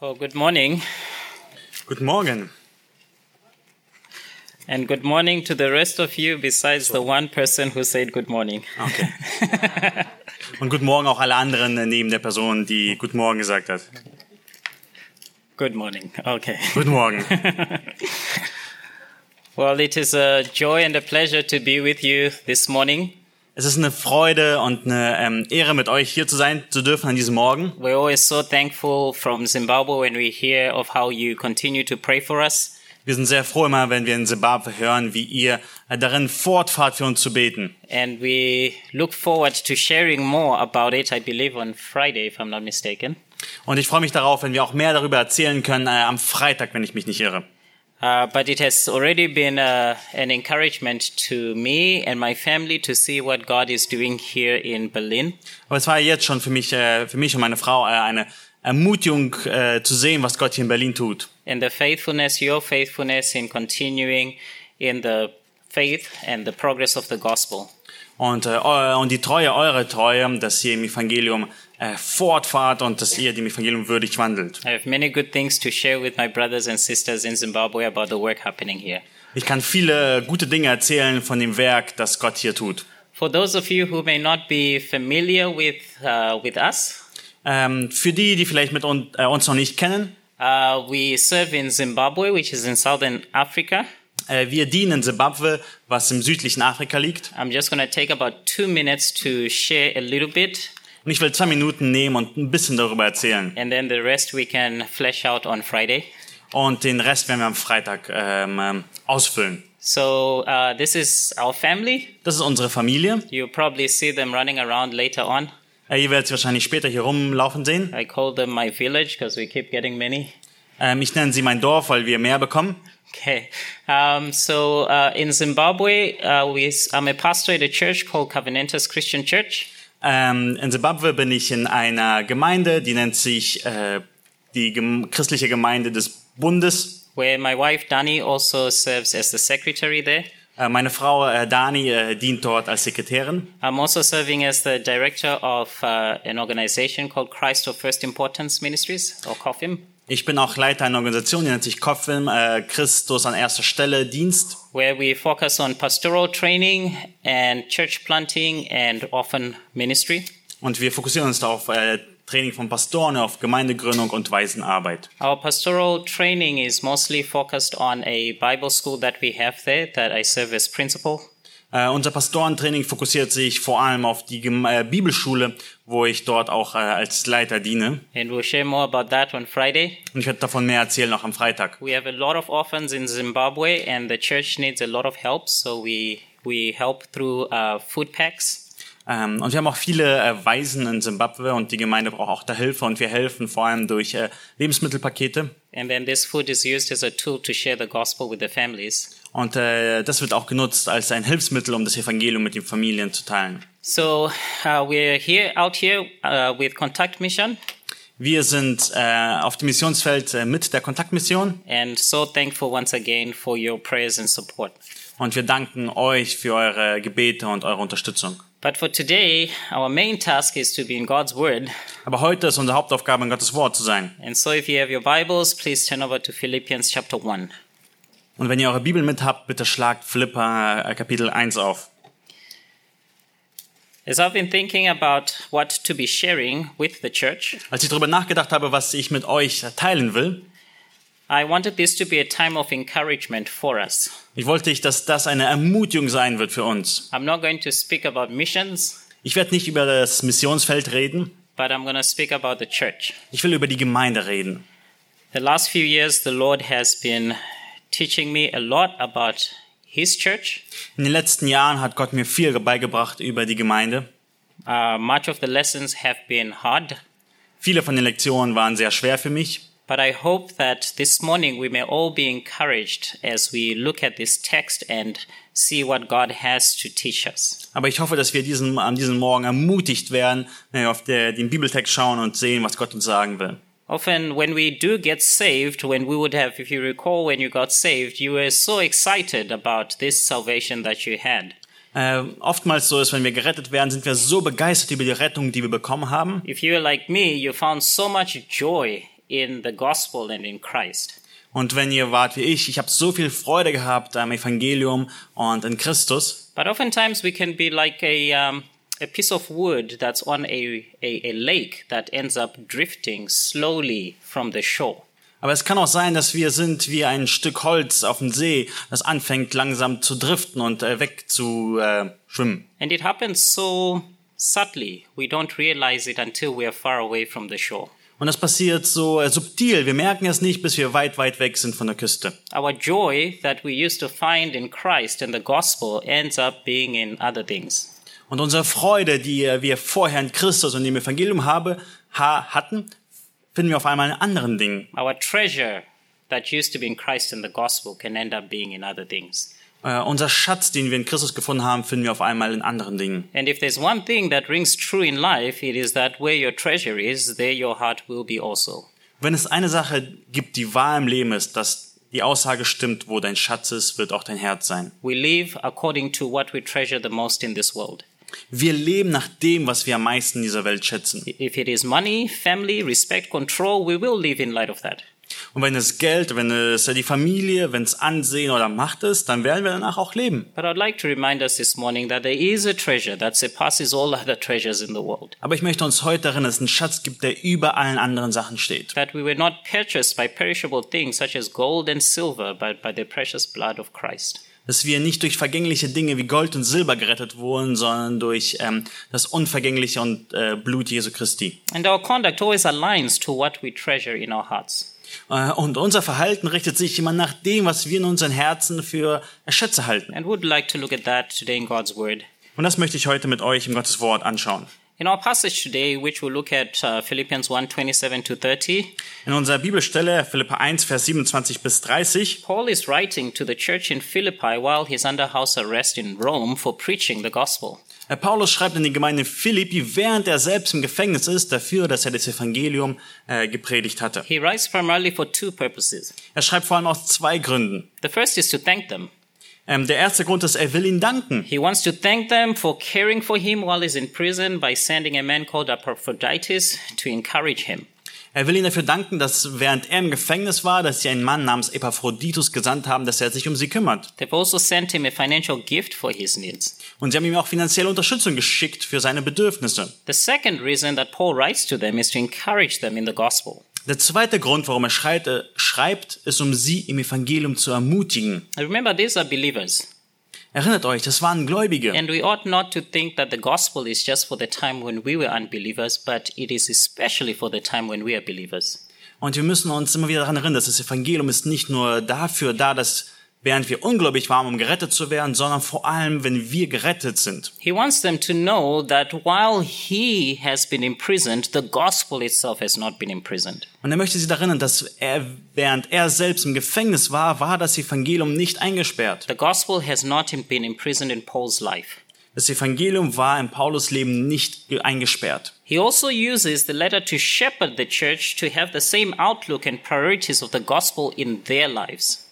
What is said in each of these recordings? Well, good morning, Guten Morgen and good morning to the rest of you, besides the one person who said good morning. und guten Morgen auch alle anderen neben der Person, die Guten Morgen gesagt hat. Good morning. Okay. Guten Morgen. Well, it is a joy and a pleasure to be with you this morning. Es ist eine Freude und eine ähm, Ehre, mit euch hier zu sein zu dürfen an diesem Morgen. We're always so thankful from Zimbabwe when we hear of how you continue to pray for us. Wir sind sehr froh immer, wenn wir in Zimbabwe hören, wie ihr äh, darin fortfahrt, für uns zu beten. And we look forward to sharing more about it, I believe, on Friday, if I'm not mistaken. Und ich freue mich darauf, wenn wir auch mehr darüber erzählen können äh, am Freitag, wenn ich mich nicht irre. Uh, but it has already been uh, an encouragement to me and my family to see what God is doing here in Berlin. Aber es war jetzt schon für mich, äh, für mich und meine Frau äh, eine Ermutigung äh, zu sehen, was Gott hier in Berlin tut. and the faithfulness, your faithfulness in continuing in the faith and the progress of the gospel. Und, äh, eu- und die Treue, eure Treue, dass ihr im Evangelium äh, fortfahrt und dass ihr dem Evangelium würdig wandelt. I have many good things to share with my brothers and sisters in Zimbabwe about the work happening here. Ich kann viele gute Dinge erzählen von dem Werk, das Gott hier tut. For those of you who may not be familiar with, uh, with us, Ähm, für die, die vielleicht mit un äh, uns noch nicht kennen, uh, we serve in Zimbabwe, which is in southern Africa. äh, wir dienen in Zimbabwe, was im südlichen Afrika liegt. I'm just going to take about two minutes to share a little bit, Und ich will zwei Minuten nehmen und ein bisschen darüber erzählen. and then the rest we can flesh out on Friday. Und den Rest werden wir am Freitag ähm, ähm, ausfüllen. So, uh, this is our family. Das ist unsere Familie. You'll probably see them running around later on. Äh, ihr werdet sie wahrscheinlich später hier rumlaufen sehen. I call them my village because we keep getting many. Ähm, ich nenne sie mein Dorf, weil wir mehr bekommen. Okay. Um, so uh, in Zimbabwe, uh, we, I'm a pastor at a church called Covenantus Christian Church. Ähm, in Simbabwe bin ich in einer Gemeinde, die nennt sich äh, die Gem christliche Gemeinde des Bundes. Where my wife Dani also serves as the secretary there. Äh, meine Frau äh, Dani äh, dient dort als Sekretärin. I'm also serving as the director of uh, an organization called Christ of First Importance Ministries, or COFIM, Ich bin auch Leiter einer Organisation, die nennt sich Kopfilm, äh, Christus an erster Stelle Dienst. where we focus on pastoral training and church planting and orphan ministry. Und wir fokussieren uns da auf äh, Training von Pastoren, auf Gemeindegründung und Waisenarbeit. Our pastoral training is mostly focused on a Bible school that we have there that I serve as principal. Äh, unser Pastorentraining fokussiert sich vor allem auf die Gem äh, Bibelschule, wo ich dort auch äh, als Leiter diene. And we'll share more about that on Friday. Und ich werde davon mehr erzählen noch am Freitag. We have a lot of orphans in Zimbabwe, and the church needs a lot of help, so we, we help through uh, food packs. Ähm, und wir haben auch viele äh, Waisen in Simbabwe und die Gemeinde braucht auch da Hilfe und wir helfen vor allem durch äh, Lebensmittelpakete. And then this food is used as a tool to share the gospel with the families. Und äh, das wird auch genutzt als ein Hilfsmittel, um das Evangelium mit den Familien zu teilen. So uh, we're here out here uh, with Contact Mission, Wir sind äh, auf dem Missionsfeld äh, mit der Kontaktmission and so thankful once again for your prayers and support. und wir danken euch für eure Gebete und eure Unterstützung. But for today, our main task is to be in God's Word. Aber heute ist unsere Hauptaufgabe, in Gottes Wort zu sein. And so if you have your Bibles, please turn over to Philippians chapter 1. Und wenn ihr eure Bibel mit habt, bitte schlagt Philippa äh, Kapitel 1 auf. As I've been thinking about what to be sharing with the church, Als ich darüber nachgedacht habe, was ich mit euch äh, teilen will, I wanted this to be a time of encouragement for us. ich wollte ich, dass das eine Ermutigung sein wird für uns. I'm not going to speak about missions, Ich werde nicht über das Missionsfeld reden. but I'm going to speak about the church. Ich will über die Gemeinde reden. The last few years, the Lord has been teaching me a lot about His church. In den letzten Jahren hat Gott mir viel beigebracht über die Gemeinde. Uh, much of the lessons have been hard, Viele von den Lektionen waren sehr schwer für mich. But I hope that this morning we may all be encouraged as we look at this text and see what God has to teach us. Aber ich hoffe, dass wir diesen, an diesem Morgen ermutigt werden, wenn wir auf der, den Bibeltext schauen und sehen, was Gott uns sagen will. Often, when we do get saved, when we would have, if you recall, when you got saved, you were so excited about this salvation that you had. Äh, oftmals so ist, wenn wir gerettet werden, sind wir so begeistert über die Rettung, die wir bekommen haben. If you were like me, you found so much joy in the gospel and in Christ. Und wenn ihr wart wie ich, ich habe so viel Freude gehabt am Evangelium und in Christus. But oftentimes we can be like a, um, a piece of wood that's on a, a, a lake that ends up drifting slowly from the shore. Aber es kann auch sein, dass wir sind wie ein Stück Holz auf dem See, das anfängt langsam zu driften und äh, weg zu äh, schwimmen. And it happens so subtly, we don't realize it until we are far away from the shore. Und das passiert so äh, subtil. Wir merken es nicht, bis wir weit, weit weg sind von der Küste. Our joy that we used to find in Christ and the gospel ends up being in other things. Und unsere Freude, die äh, wir vorher in Christus und im Evangelium habe, ha, hatten, finden wir auf einmal in anderen Dingen. Our treasure that used to be in Christ and the gospel can end up being in other things. Äh, unser Schatz, den wir in Christus gefunden haben, finden wir auf einmal in anderen Dingen. And if there's one thing that rings true in life, it is that where your treasure is, there your heart will be also. Wenn es eine Sache gibt, die wahr im Leben ist, dass die Aussage stimmt, wo dein Schatz ist, wird auch dein Herz sein. We live according to what we treasure the most in this world. Wir leben nach dem, was wir am meisten in dieser Welt schätzen. If it is money, family, respect, control, we will live in light of that. Und wenn es Geld, wenn es die Familie, wenn es Ansehen oder Macht ist, dann werden wir danach auch leben. But I'd like to remind us this morning that there is a treasure that surpasses all other treasures in the world. Aber ich möchte uns heute darin, dass es einen Schatz gibt, der über allen anderen Sachen steht. That we were not purchased by perishable things such as gold and silver, but by the precious blood of Christ. Dass wir nicht durch vergängliche Dinge wie Gold und Silber gerettet wurden, sondern durch ähm, das unvergängliche und äh, Blut Jesu Christi. And our conduct always aligns to what we treasure in our hearts. Äh, und unser Verhalten richtet sich immer nach dem, was wir in unseren Herzen für Schätze halten. And would like to look at that today in God's Word. Und das möchte ich heute mit euch im Gottes Wort anschauen. In our passage today, which we'll look at uh, Philippians 1 27 to 30, In unserer Bibelstelle Philippa 1, Vers 27 bis 30 Paul is writing to the church in Philippi while he's under house arrest in Rome for preaching the gospel. Herr Paulus schreibt an die Gemeinde Philippi, während er selbst im Gefängnis ist, dafür, dass er das Evangelium äh, gepredigt hatte. He writes primarily for two purposes. Er schreibt vor allem aus zwei Gründen. The first is to thank them. Ähm, der erste Grund ist, er will ihnen danken. He wants to thank them for caring for him while he's in prison by sending a man called Epaphroditus to encourage him. Er will ihnen dafür danken, dass während er im Gefängnis war, dass sie einen Mann namens Epaphroditus gesandt haben, dass er sich um sie kümmert. They've also sent him a financial gift for his needs. Und sie haben ihm auch finanzielle Unterstützung geschickt für seine Bedürfnisse. The second reason that Paul writes to them is to encourage them in the gospel. Der zweite Grund, warum er schreit, äh, schreibt, ist, um sie im Evangelium zu ermutigen. And remember, these are believers, Erinnert euch, das waren Gläubige. and we ought not to think that the gospel is just for the time when we were unbelievers, but it is especially for the time when we are believers. Und wir müssen uns immer wieder daran erinnern, dass das Evangelium ist nicht nur dafür da, dass während wir ungläubig waren, um gerettet zu werden, sondern vor allem, wenn wir gerettet sind. He wants them to know that while he has been imprisoned, the gospel itself has not been imprisoned. Und er möchte sie daran erinnern, dass er, während er selbst im Gefängnis war, war das Evangelium nicht eingesperrt. The gospel has not been imprisoned in Paul's life. Das Evangelium war in Paulus Leben nicht ge- eingesperrt. He also uses the letter to shepherd the church to have the same outlook and priorities of the gospel in their lives.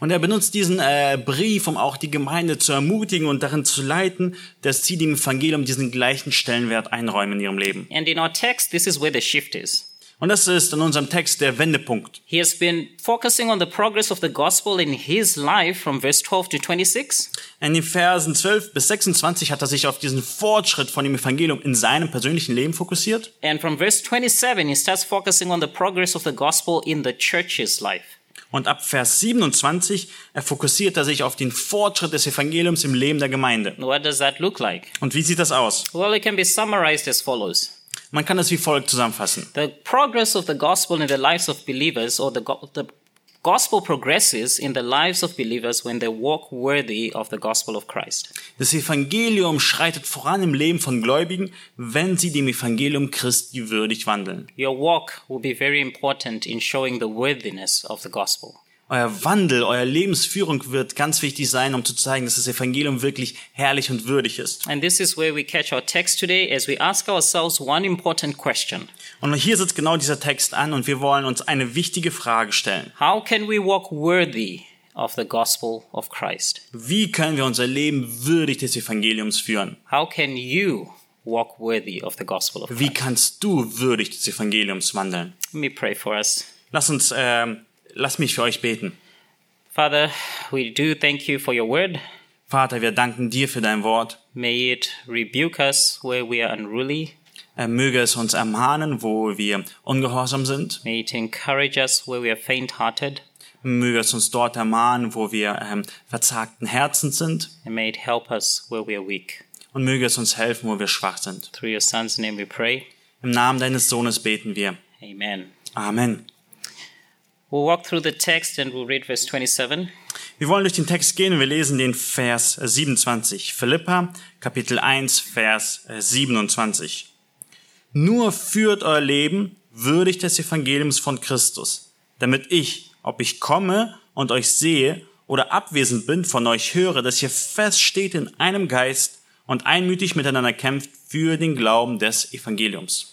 Und er benutzt diesen äh, Brief, um auch die Gemeinde zu ermutigen und darin zu leiten, dass sie dem Evangelium diesen gleichen Stellenwert einräumen in ihrem Leben. And in our text, this is where the shift is. Und das ist in unserem Text der Wendepunkt. He has been focusing on the progress of the gospel in his life from verse 12 to 26. In den Versen 12 bis 26 hat er sich auf diesen Fortschritt von dem Evangelium in seinem persönlichen Leben fokussiert. And from verse 27, he starts focusing on the progress of the gospel in the church's life. Und ab Vers 27 er fokussiert er sich auf den Fortschritt des Evangeliums im Leben der Gemeinde. What does that look like? Und wie sieht das aus? Well, it can be summarized as follows. Man kann es wie folgt zusammenfassen. The progress of the gospel in the lives of believers, or the, go- the gospel progresses in the lives of believers when they walk worthy of the gospel of Christ. Das Evangelium schreitet voran im Leben von Gläubigen, wenn sie dem Evangelium Christi würdig wandeln. Your walk will be very important in showing the worthiness of the gospel. Euer Wandel, euer Lebensführung wird ganz wichtig sein, um zu zeigen, dass das Evangelium wirklich herrlich und würdig ist. And this is where we catch our text today as we ask ourselves one important question Und hier sitzt genau dieser Text an und wir wollen uns eine wichtige Frage stellen. How can we walk worthy of the gospel of Christ? Wie können wir unser Leben würdig des Evangeliums führen? How can you walk worthy of the gospel of Christ. Wie kannst du würdig des Evangeliums wandeln? Let me pray for us. Lass uns, ähm, lass mich für euch beten. Father, we do thank you for your word. Vater, wir danken dir für dein Wort. May it rebuke us where we are unruly. Er Äh, möge es uns ermahnen, wo wir ungehorsam sind. May it encourage us where we are faint hearted. Möge es uns dort ermahnen, wo wir ähm, verzagten Herzens sind. And may it help us where we are weak. Und möge es uns helfen, wo wir schwach sind. Through your Son's name we pray. Im Namen deines Sohnes beten wir. Amen. Amen. We'll walk through the text and we'll read verse 27. Wir wollen durch den Text gehen. Wir lesen den Vers 27. Philippa, Kapitel 1, Vers 27. Nur führt euer Leben würdig des Evangeliums von Christus, damit ich, ob ich komme und euch sehe oder abwesend bin, von euch höre, dass ihr feststeht in einem Geist und einmütig miteinander kämpft für den Glauben des Evangeliums.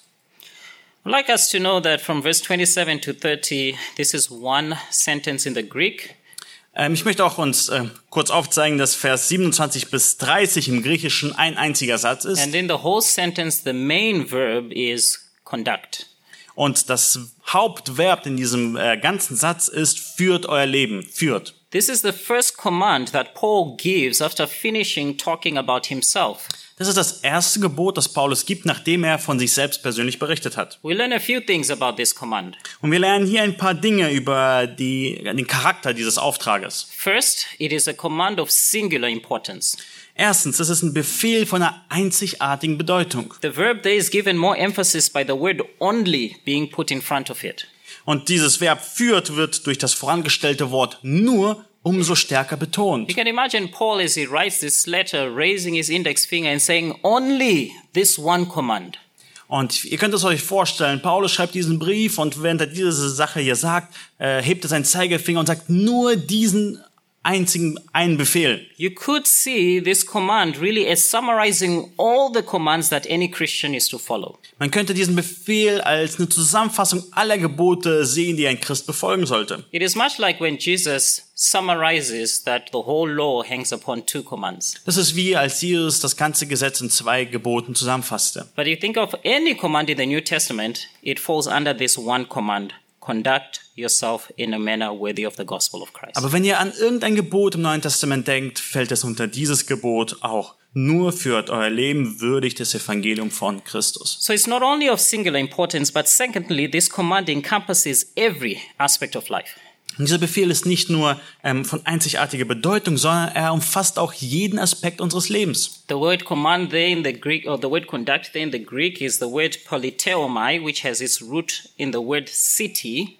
I'd like us to know that from verse 27 to 30, this is one sentence in the Greek. Ähm, ich möchte auch uns äh, kurz aufzeigen, dass Vers 27 bis 30 im Griechischen ein einziger Satz ist. And in the whole sentence, the main verb is conduct. Und das Hauptverb in diesem äh, ganzen Satz ist führt euer Leben, führt. This is the first command that Paul gives after finishing talking about himself. Das ist das erste Gebot, das Paulus gibt, nachdem er von sich selbst persönlich berichtet hat. We learn a few things about this command. Und wir lernen hier ein paar Dinge über die, den Charakter dieses Auftrages. First, it is a command of singular importance. Erstens, es ist ein Befehl von einer einzigartigen Bedeutung. The verb there is given more emphasis by the word only being put in front of it. Und dieses Verb führt wird durch das vorangestellte Wort nur umso stärker betont. You can imagine Paul as he writes this letter raising his index finger and saying, Only this one command. Und ihr könnt es euch vorstellen, Paulus schreibt diesen Brief und während er diese Sache hier sagt, äh, hebt er seinen Zeigefinger und sagt nur diesen einzigen einen Befehl. You could see this command really as summarizing all the commands that any Christian is to follow. Man könnte diesen Befehl als eine Zusammenfassung aller Gebote sehen, die ein Christ befolgen sollte. It is much like when Jesus summarizes that the whole law hangs upon two commands. Das ist wie als Jesus das ganze Gesetz in zwei Geboten zusammenfasste. But you think of any command in the New Testament, it falls under this one command conduct yourself in a manner worthy of the gospel of Christ. Aber wenn ihr an irgendein Gebot im Neuen Testament denkt, fällt es unter dieses Gebot auch. Nur führt euer Leben würdig des Evangeliums von Christus. So it's not only of singular importance, but secondly, this command encompasses every aspect of life. Und dieser Befehl ist nicht nur ähm, von einzigartiger Bedeutung, sondern er umfasst auch jeden Aspekt unseres Lebens. The word command there in the Greek, or the word conduct there in the Greek, is the word politeomai, which has its root in the word city.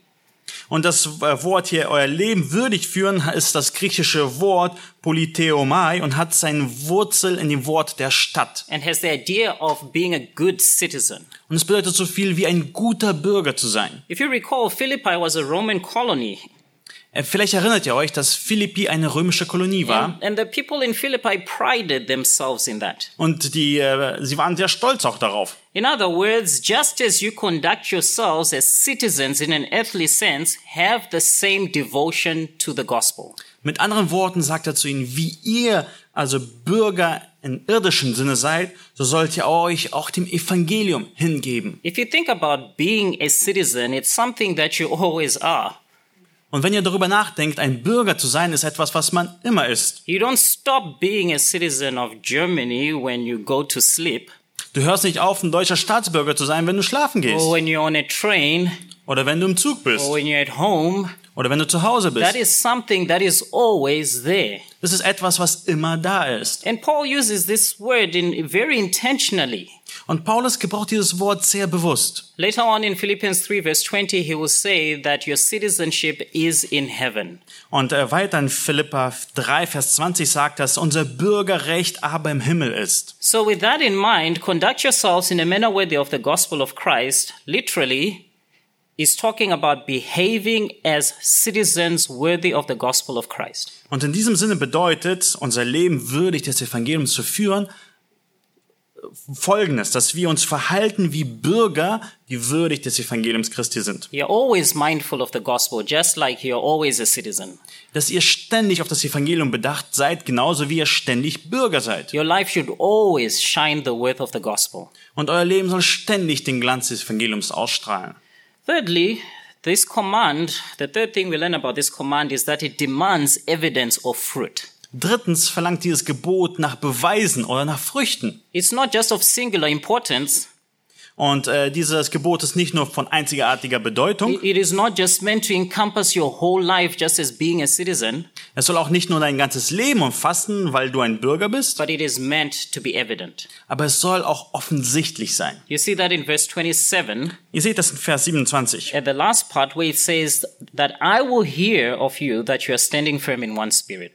Und das äh, Wort hier, euer Leben würdig führen, ist das griechische Wort politeomai und hat seine Wurzel in dem Wort der Stadt. and has the idea of being a good citizen. Und es bedeutet so viel wie ein guter Bürger zu sein. If you recall, Philippi was a Roman colony, Äh, Vielleicht erinnert ihr euch, dass Philippi eine römische Kolonie war. and the people in Philippi prided themselves in that. Und die, äh, sie waren sehr stolz auch darauf. In other words, just as you conduct yourselves as citizens in an earthly sense, have the same devotion to the gospel. Mit anderen Worten sagt er zu ihnen, wie ihr also Bürger in irdischem Sinne seid, so sollt ihr euch auch dem Evangelium hingeben. If you think about being a citizen, it's something that you always are. Und wenn ihr darüber nachdenkt, ein Bürger zu sein, ist etwas, was man immer ist. You don't stop being a citizen of Germany when you go to sleep, Du hörst nicht auf, ein deutscher Staatsbürger zu sein, wenn du schlafen gehst. or when you're on a train, Oder wenn du im Zug bist. or when you're at home. Oder wenn du zu Hause Oh. That bist. is something that is always there. Das ist etwas, was immer da ist. And Paul uses this word in very intentionally. Und Paulus gebraucht dieses Wort sehr bewusst. Later on in Philippians 3 verse 20, he will say that your citizenship is in heaven. Und äh, weiter in Philippa 3, Vers 20 sagt, dass unser Bürgerrecht aber im Himmel ist. So with that in mind, conduct yourselves in a manner worthy of the gospel of Christ, literally, is talking about behaving as citizens worthy of the gospel of Christ. Und in diesem Sinne bedeutet, unser Leben würdig des Evangeliums zu führen, Folgendes, dass wir uns verhalten wie Bürger, die würdig des Evangeliums Christi sind. You're always mindful of the gospel, just like you're always a citizen. Dass ihr ständig auf das Evangelium bedacht seid, genauso wie ihr ständig Bürger seid. Your life should always shine the worth of the gospel. Und euer Leben soll ständig den Glanz des Evangeliums ausstrahlen. Thirdly, this command, the third thing we learn about this command is that it demands evidence of fruit. Drittens verlangt dieses Gebot nach Beweisen oder nach Früchten. It's not just of singular importance, Und äh, dieses Gebot ist nicht nur von einzigartiger Bedeutung, it is not just meant to encompass your whole life just as being a citizen, es soll auch nicht nur dein ganzes Leben umfassen, weil du ein Bürger bist, but it is meant to be evident. aber es soll auch offensichtlich sein. You see that in verse 27, Ihr seht das in Vers 27. at the last part where it says that I will hear of you that you are standing firm in one spirit.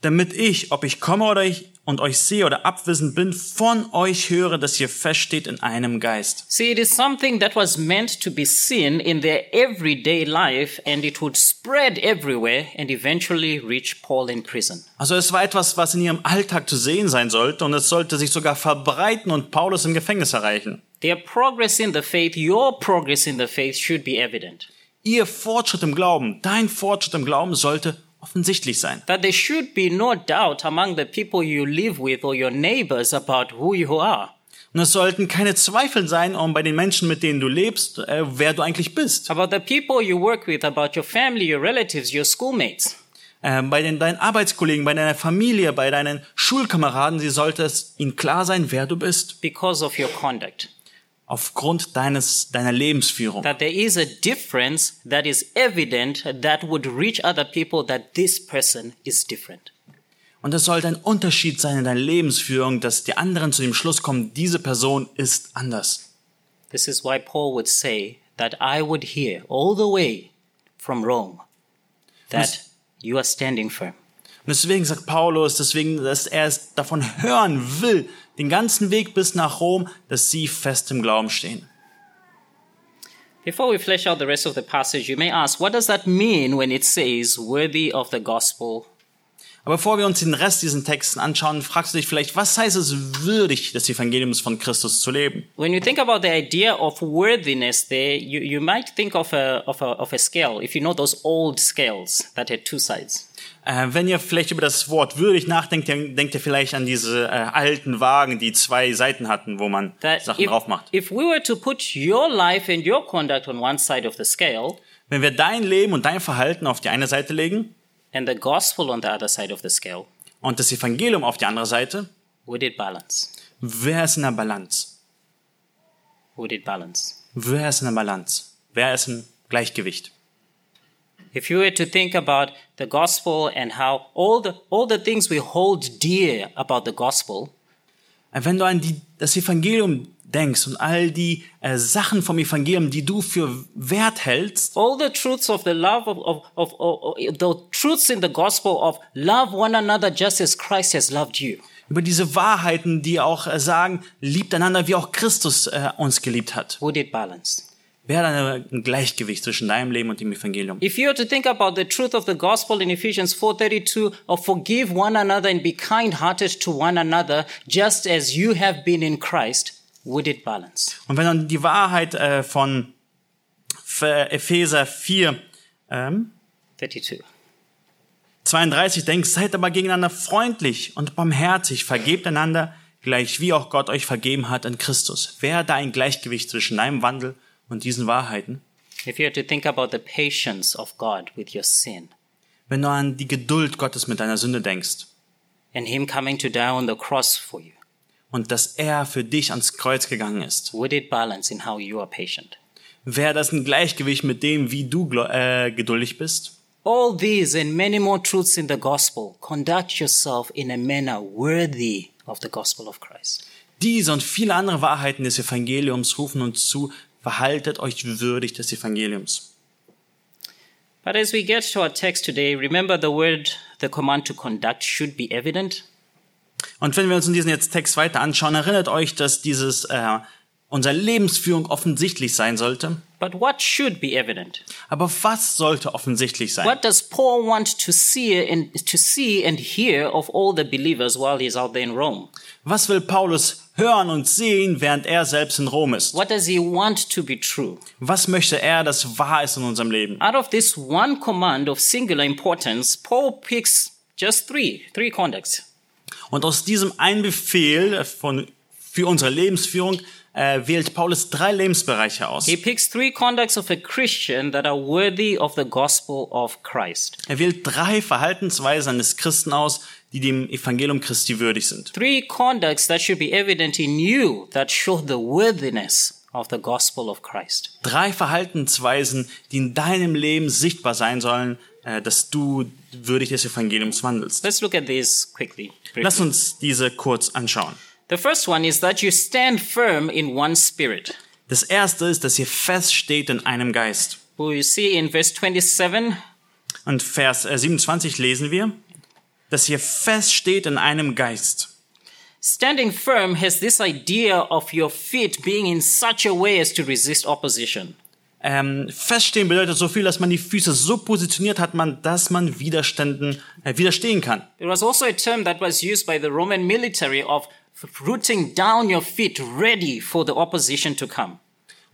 Damit ich, ob ich komme oder ich und euch sehe oder abwesend bin, von euch höre, dass ihr feststeht in einem Geist. See, it is something that was meant to be seen in their everyday life and it would spread everywhere and eventually reach Paul in prison. Also es war etwas, was in ihrem Alltag zu sehen sein sollte und es sollte sich sogar verbreiten und Paulus im Gefängnis erreichen. Their progress in the faith, your progress in the faith should be evident. Ihr Fortschritt im Glauben, dein Fortschritt im Glauben sollte offensichtlich sein. That there should be no doubt among the people you live with or your neighbors about who you are, Und es sollten keine Zweifel sein, um bei den Menschen, mit denen du lebst, äh, wer du eigentlich bist. about the people you work with, about your family, your relatives, your schoolmates. Äh, bei den, deinen Arbeitskollegen, bei deiner Familie, bei deinen Schulkameraden, sie sollte es ihnen klar sein, wer du bist. because of your conduct. Aufgrund deines, deiner Lebensführung. That there is a difference that is evident that would reach other people that this person is different. Und es sollte ein Unterschied sein in deiner Lebensführung, dass die anderen zu dem Schluss kommen, diese Person ist anders. This is why Paul would say that I would hear all the way from Rome that Yes. you are standing firm. Und deswegen sagt Paulus, deswegen, dass er es davon hören will, den ganzen Weg bis nach Rom, dass sie fest im Glauben stehen. Before we flesh out the rest of the passage, you may ask, what does that mean when it says worthy of the gospel? Aber bevor wir uns den Rest diesen Texten anschauen, fragst du dich vielleicht, was heißt es würdig des Evangeliums von Christus zu leben? When you think about the idea of worthiness there, you, you might think of a, of, a, of a scale, if you know those old scales that had two sides. Äh, wenn ihr vielleicht über das Wort würdig nachdenkt, dann denkt ihr vielleicht an diese äh, alten Wagen, die zwei Seiten hatten, wo man that Sachen if, drauf macht. if we were to put your life and your conduct on one side of the scale Wenn wir dein Leben und dein Verhalten auf die eine Seite legen and the gospel on the other side of the scale, und das Evangelium auf die andere Seite, would it balance? wer ist in der Balance? Would it balance? Wer ist in der Balance? Wer ist im Gleichgewicht? If you were to think about the gospel and how all the, all the things we hold dear about the gospel, Äh, Wenn du an die, das Evangelium denkst und all die äh, Sachen vom Evangelium, die du für wert hältst, all the truths of the love of, of, of, of, of the truths in the gospel of love one another just as Christ has loved you. über diese Wahrheiten, die auch äh, sagen, liebt einander, wie auch Christus äh, uns geliebt hat. Would it balance? Wäre dann ein Gleichgewicht zwischen deinem Leben und dem Evangelium. If you were to think about the truth of the gospel in Ephesians 4:32 of forgive one another and be kind-hearted to one another just as you have been in Christ, would it balance? Und wenn dann die Wahrheit äh, von F- Epheser 4, ähm, 32. 32 denkst, seid aber gegeneinander freundlich und barmherzig, vergebt einander, gleich wie auch Gott euch vergeben hat in Christus. Wäre da ein Gleichgewicht zwischen deinem Wandel und diesen Wahrheiten? If you were to think about the patience of God with your sin Wenn du an die Geduld Gottes mit deiner Sünde denkst and him coming to die on the cross for you, und dass er für dich ans Kreuz gegangen ist, would it balance in how you are patient? wäre das ein Gleichgewicht mit dem, wie du gl- äh, geduldig bist. All these and many more truths in the gospel, conduct yourself in a manner worthy of the gospel of Christ. Diese und viele andere Wahrheiten des Evangeliums rufen uns zu, verhaltet euch würdig des Evangeliums. But as we get to our text today, remember the word, the command to conduct should be evident. Und wenn wir uns in diesen jetzt Text weiter anschauen, erinnert euch, dass dieses äh, unsere Lebensführung offensichtlich sein sollte. But what should be evident? Aber was sollte offensichtlich sein? What does Paul want to see and to see and hear of all the believers while he's out there in Rome? Was will Paulus hören und sehen, während er selbst in Rom ist? What does he want to be true? Was möchte er, das wahr ist in unserem Leben? Out of this one command of singular importance, Paul picks just three, three conducts. Und aus diesem einen Befehl von, für unsere Lebensführung äh, wählt Paulus drei Lebensbereiche aus. He picks three conducts of a Christian that are worthy of the gospel of Christ. Er wählt drei Verhaltensweisen eines Christen aus, die dem Evangelium Christi würdig sind. Three conducts that should be evident in you that show the worthiness of the gospel of Christ. Drei Verhaltensweisen, die in deinem Leben sichtbar sein sollen, äh, dass du würdig des Evangeliums wandelst. Let's look at these quickly. Lass uns diese kurz anschauen. The first one is that you stand firm in one spirit. Das erste ist, dass ihr feststeht in einem Geist. We see in verse 27 Und Vers äh, 27 lesen wir, dass ihr feststeht in einem Geist. Standing firm has this idea of your feet being in such a way as to resist opposition. Ähm, feststehen bedeutet so viel, dass man die Füße so positioniert hat, man, dass man Widerständen äh, widerstehen kann. It was also a term that was used by the Roman military of rooting down your feet ready for the opposition to come.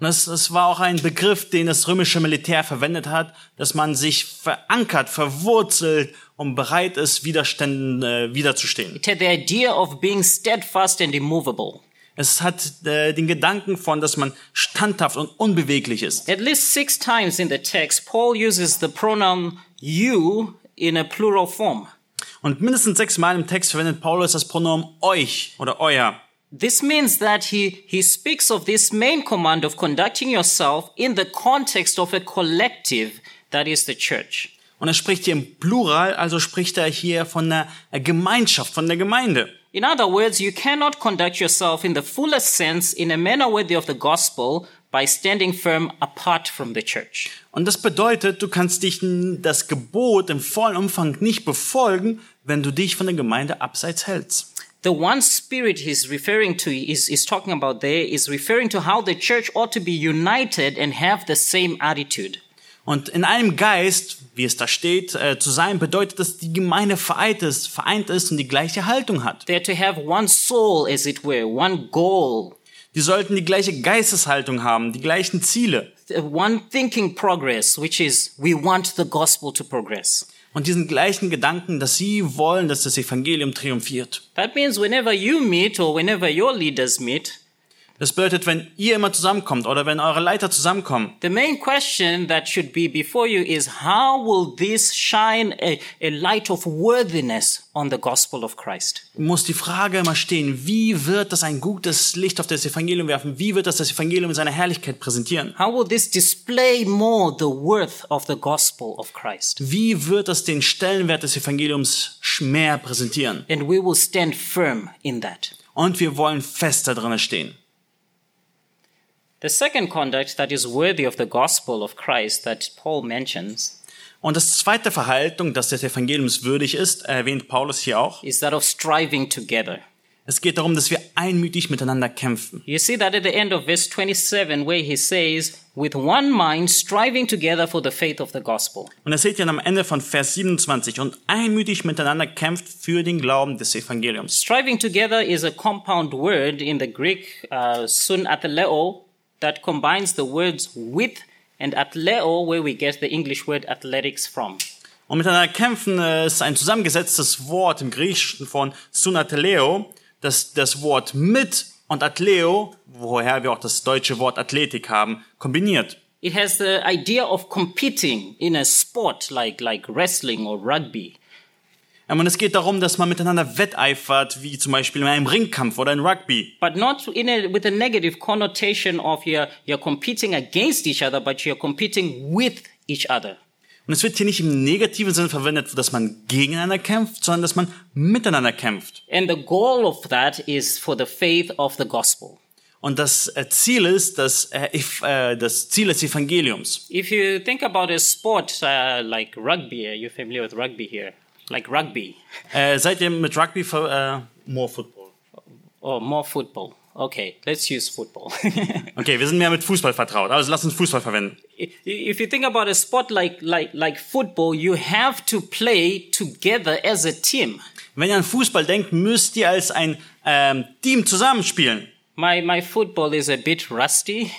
Und das, das war auch ein Begriff, den das römische Militär verwendet hat, dass man sich verankert, verwurzelt und bereit ist, Widerständen äh, wiederzustehen. It had the idea of being steadfast and immovable. Es hat äh, den Gedanken von, dass man standhaft und unbeweglich ist. At least six times in the text, Paul uses the pronoun you in a plural form. Und mindestens sechsmal im Text verwendet Paulus das Pronomen euch oder euer. This means that he, he speaks of this main command of conducting yourself in the context of a collective that is the church. Und er spricht hier im Plural, also spricht er hier von der Gemeinschaft, von der Gemeinde. In other words, you cannot conduct yourself in the fullest sense in a manner worthy of the gospel by standing firm apart from the church. Und das bedeutet, du kannst dich n- das Gebot im vollen Umfang nicht befolgen, wenn du dich von der Gemeinde abseits hältst. The one spirit he's referring to is, is talking about there is referring to how the church ought to be united and have the same attitude. Und in einem Geist, wie es da steht, äh, zu sein, bedeutet, dass die Gemeinde vereint ist, vereint ist und die gleiche Haltung hat. They're to have one soul, as it were, one goal, Die sollten die gleiche Geisteshaltung haben, die gleichen Ziele. th- one thinking progress, which is we want the gospel to progress. Und diesen gleichen Gedanken, dass sie wollen, dass das Evangelium triumphiert. That means whenever you meet or whenever your leaders meet, Das bedeutet, wenn ihr immer zusammenkommt oder wenn eure Leiter zusammenkommen, The main question that should be before you is how will this shine a, a light of worthiness on the gospel of Christ? muss die Frage immer stehen, wie wird das ein gutes Licht auf das Evangelium werfen? Wie wird das das Evangelium in seiner Herrlichkeit präsentieren? How will this display more the worth of the gospel of Christ? Wie wird das den Stellenwert des Evangeliums sch- mehr präsentieren? And we will stand firm in that. Und wir wollen fest da drin stehen. The second conduct that is worthy of the gospel of Christ that Paul mentions Und das zweite Verhaltung, das des Evangeliums würdig ist, erwähnt Paulus hier auch. is that of striving together. Es geht darum, dass wir einmütig miteinander kämpfen. You see that at the end of verse 27 where he says, with one mind striving together for the faith of the gospel. Und das seht ihr am Ende von Vers 27. Und einmütig miteinander kämpft für den Glauben des Evangeliums. Striving together is a compound word in the Greek, uh, sun athleo, that combines the words with and athleo, where we get the English word athletics from. Und miteinander kämpfen äh, ist ein zusammengesetztes Wort im Griechischen von sunateleo, das das Wort mit und atleo, woher wir auch das deutsche Wort Athletik haben, kombiniert. It has the idea of competing in a sport like, like wrestling or rugby. Ähm, Und es geht darum, dass man miteinander wetteifert, wie zum Beispiel in einem Ringkampf oder in Rugby. But not in a, with a negative connotation of you're, you're competing against each other, but you're competing with each other. Und es wird hier nicht im negativen Sinne verwendet, dass man gegeneinander kämpft, sondern dass man miteinander kämpft. And the goal of that is for the faith of the gospel. Und das äh, Ziel ist, das, äh, if- äh, das Ziel des Evangeliums. If you think about a sport uh, like rugby, are you familiar with rugby here? Like rugby Äh, seid ihr mit Rugby ver äh, more football? or more football. Okay, let's use football. Okay, wir sind mehr mit Fußball vertraut, also lass uns Fußball verwenden. if you think about a sport like, like, like football, you have to play together as a team. Wenn ihr an Fußball denkt, müsst ihr als ein ähm, Team zusammenspielen. My, my football is a bit rusty,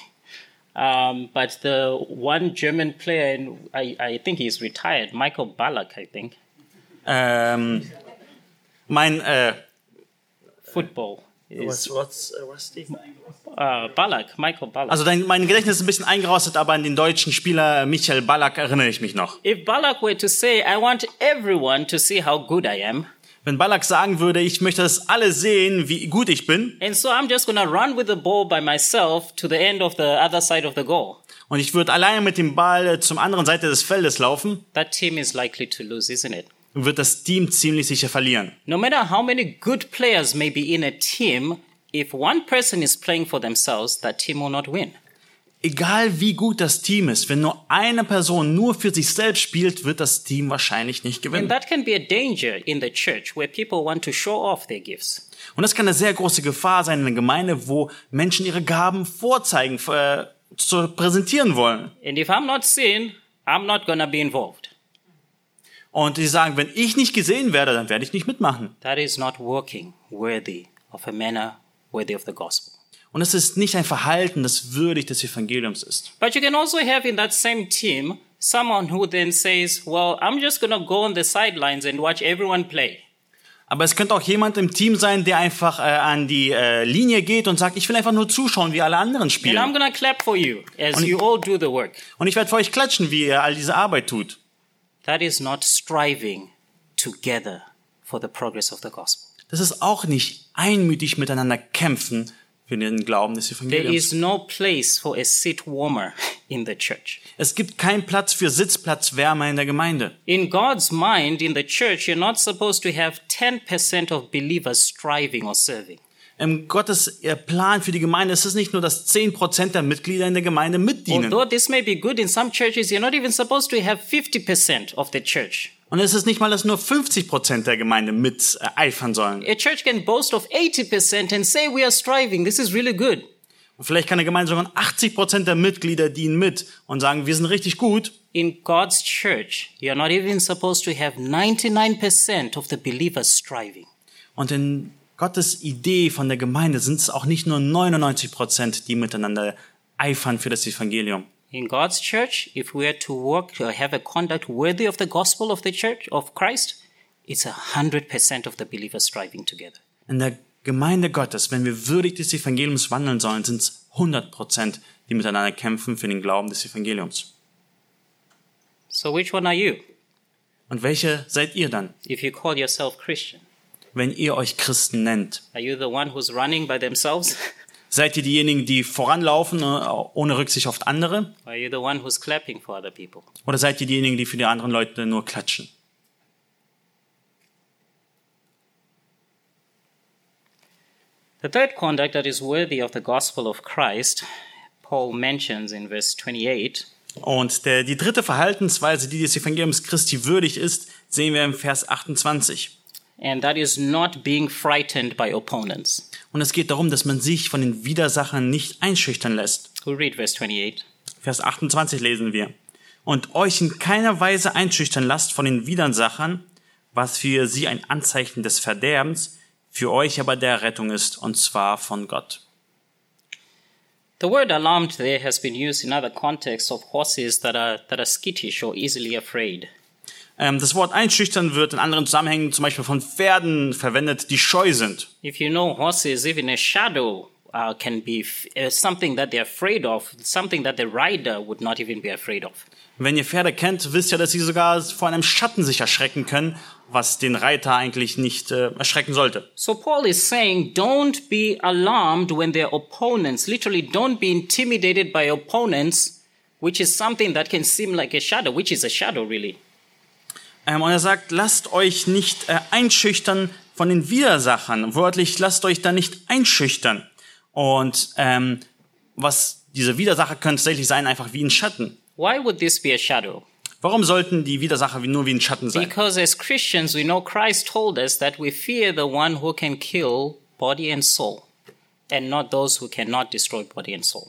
um, but the one German player, and I, I think he's retired, Michael Ballack, I think, Ähm, mein äh, football. Is, what's, rusty? uh, Ballack, Michael Ballack. Also dein, mein Gedächtnis ist ein bisschen eingerostet, aber an den deutschen Spieler Michael Ballack erinnere ich mich noch. If Balak were to say, I want everyone to see how good I am, Wenn Ballack sagen würde, ich möchte, dass alle sehen, wie gut ich bin, and so I'm just going to run with the ball by myself to the end of the other side of the goal, und ich würde alleine mit dem Ball äh, zum anderen Seite des Feldes laufen, that team is likely to lose, isn't it? wird das Team ziemlich sicher verlieren. No matter how many good players may be in a team, if one person is playing for themselves, that team will not win. Egal wie gut das Team ist, wenn nur eine Person nur für sich selbst spielt, wird das Team wahrscheinlich nicht And gewinnen. that can be a danger in the church where people want to show off their gifts. Und das kann eine sehr große Gefahr sein in der Gemeinde, wo Menschen ihre Gaben vorzeigen, äh, zu präsentieren wollen. And if I'm not seen, I'm not going to be involved. Und die sagen, wenn ich nicht gesehen werde, dann werde ich nicht mitmachen. That is not working worthy of a manner worthy of the gospel. Und es ist nicht ein Verhalten, das würdig des Evangeliums ist. But you can also have in that same team someone who then says, Well, I'm just going to go on the sidelines and watch everyone play. Aber es könnte auch jemand im Team sein, der einfach äh, an die äh, Linie geht und sagt, ich will einfach nur zuschauen, wie alle anderen And I'm spielen. going to clap for you as you all do the work. Und ich werde für euch klatschen, wie ihr all diese Arbeit tut. That is not striving together for the progress of the gospel. Das ist auch nicht einmütig miteinander kämpfen für den Glauben des There Evangeliums. is no place for a seat warmer in the church. Es gibt keinen Platz für Sitzplatzwärme in der Gemeinde. In God's mind, in the church, you're not supposed to have 10% of believers striving or serving. Im Gottes äh, Plan für die Gemeinde ist es nicht nur, dass 10% der Mitglieder in der Gemeinde mitdienen. Although this may be good in some churches, you're not even supposed to have 50% of the church. Und es ist nicht mal, dass nur 50 Prozent der Gemeinde mit äh, eifern sollen. A church can boast of 80% and say, We are striving, this is really good. Und vielleicht kann eine Gemeinde sogar 80 Prozent der Mitglieder dienen mit und sagen, wir sind richtig gut. In God's church, you're not even supposed to have 99% of the believers striving. Und in Gottes Idee von der Gemeinde sind es auch nicht nur 99 Prozent, die miteinander eifern für das Evangelium. In God's church, if we are to walk or have a conduct worthy of the gospel of the church of Christ, it's a hundred percent of the believers striving together. In der Gemeinde Gottes, wenn wir würdig des Evangeliums wandeln sollen, sind es 100 Prozent, die miteinander kämpfen für den Glauben des Evangeliums. So which one are you Und welche seid ihr dann, if you call yourself Christian? wenn ihr euch Christen nennt? Are you the one who's running by themselves? Seid ihr diejenigen, die voranlaufen, äh, ohne Rücksicht auf andere? Are you the one who's clapping for other people? Oder seid ihr diejenigen, die für die anderen Leute nur klatschen? The third conduct that is worthy of the gospel of Christ, Paul mentions in verse 28, Und der, die dritte Verhaltensweise, die des Evangeliums Christi würdig ist, sehen wir im Vers 28. and that is not being frightened by opponents. Und es geht darum, dass man sich von den Widersachern nicht einschüchtern lässt. We'll read verse 28. Vers 28 lesen wir. Und euch in keiner Weise einschüchtern lasst von den Widersachern, was für sie ein Anzeichen des Verderbens, für euch aber der Rettung ist, und zwar von Gott. The word alarmed there has been used in other contexts of horses that are, that are skittish or easily afraid. Ähm, das Wort einschüchtern wird in anderen Zusammenhängen zum Beispiel von Pferden verwendet, die scheu sind. If you know horses, even a shadow uh, can be f- uh, something that they're afraid of, something that the rider would not even be afraid of. Wenn ihr Pferde kennt, wisst ihr, dass sie sogar vor einem Schatten sich erschrecken können, was den Reiter eigentlich nicht äh, erschrecken sollte. So Paul is saying, don't be alarmed when they're opponents. Literally, don't be intimidated by opponents, which is something that can seem like a shadow, which is a shadow, really. Ähm, und er sagt, lasst euch nicht äh, einschüchtern von den Widersachern. Wörtlich, lasst euch da nicht einschüchtern. Und ähm, was diese Widersacher können tatsächlich sein, einfach wie ein Schatten. Why would this be a shadow? Warum sollten die Widersacher wie- nur wie ein Schatten sein? Because as Christians, we know Christ told us that we fear the one who can kill body and soul, and not those who cannot destroy body and soul.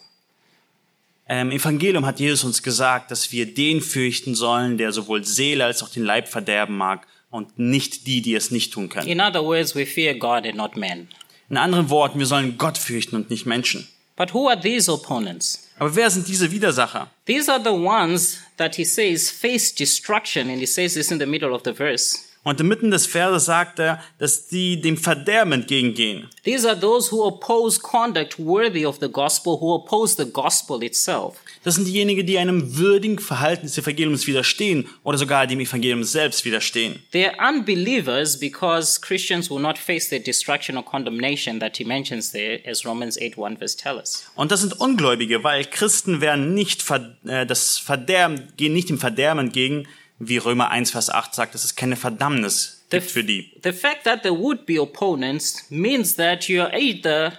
Ähm, Im Evangelium hat Jesus uns gesagt, dass wir den fürchten sollen, der sowohl Seele als auch den Leib verderben mag. und nicht die, die es nicht tun können. In other words, we fear God and not men. In anderen Worten, wir sollen Gott fürchten und nicht Menschen. But who are these opponents? Aber wer sind diese Widersacher? These are the ones that he says face destruction, and he says this in the middle of the verse. Und inmitten des Verses sagt er, dass die dem Verderben entgegengehen. These are those who oppose conduct worthy of the gospel, who oppose the gospel itself. Das sind diejenigen, die einem würdigen Verhalten des Evangeliums widerstehen oder sogar dem Evangelium selbst widerstehen. They are unbelievers because Christians will not face the destruction or condemnation that he mentions there, as Romans 8 1 verse tell us. Und das sind Ungläubige, weil Christen werden nicht ver äh, das Verderben gehen nicht dem Verderben entgegen, wie Römer 1 Vers 8 sagt, dass es keine Verdammnis gibt für die. The fact that there would be opponents means that you are either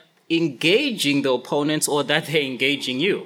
engaging the opponents or that they're engaging you.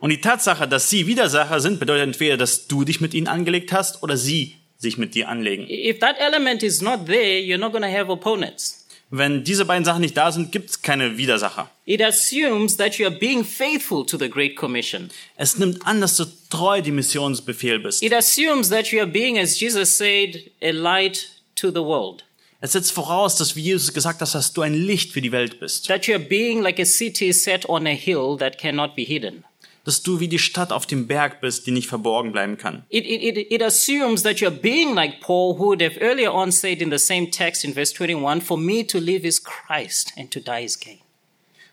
Und die Tatsache, dass sie Widersacher sind, bedeutet entweder, dass du dich mit ihnen angelegt hast oder sie sich mit dir anlegen. If that element is not there, you're not going to have opponents. Wenn diese beiden Sachen nicht da sind, gibt es keine Widersacher. It assumes that you are being faithful to the Great Commission. Es nimmt an, dass du treu dem Missionsbefehl bist. It assumes that you are being, as Jesus said, a light to the world. Es setzt voraus, dass wie Jesus gesagt hat, dass du ein Licht für die Welt bist. That you are being like a city set on a hill that cannot be hidden. Dass du wie die Stadt auf dem Berg bist, die nicht verborgen bleiben kann. It, it, it, it assumes that you are being like Paul, who would have earlier on said in the same text in verse 21 For me to live is Christ and to die is gain.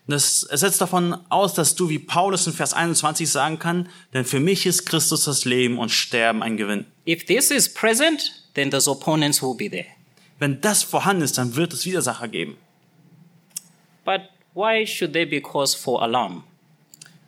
Das, es setzt davon aus, dass du wie Paulus in Vers 21 sagen kann, denn für mich ist Christus das Leben und Sterben ein Gewinn. If this is present, then those opponents will be there. Wenn das vorhanden ist, dann wird es Widersacher geben. But why should there be cause for alarm?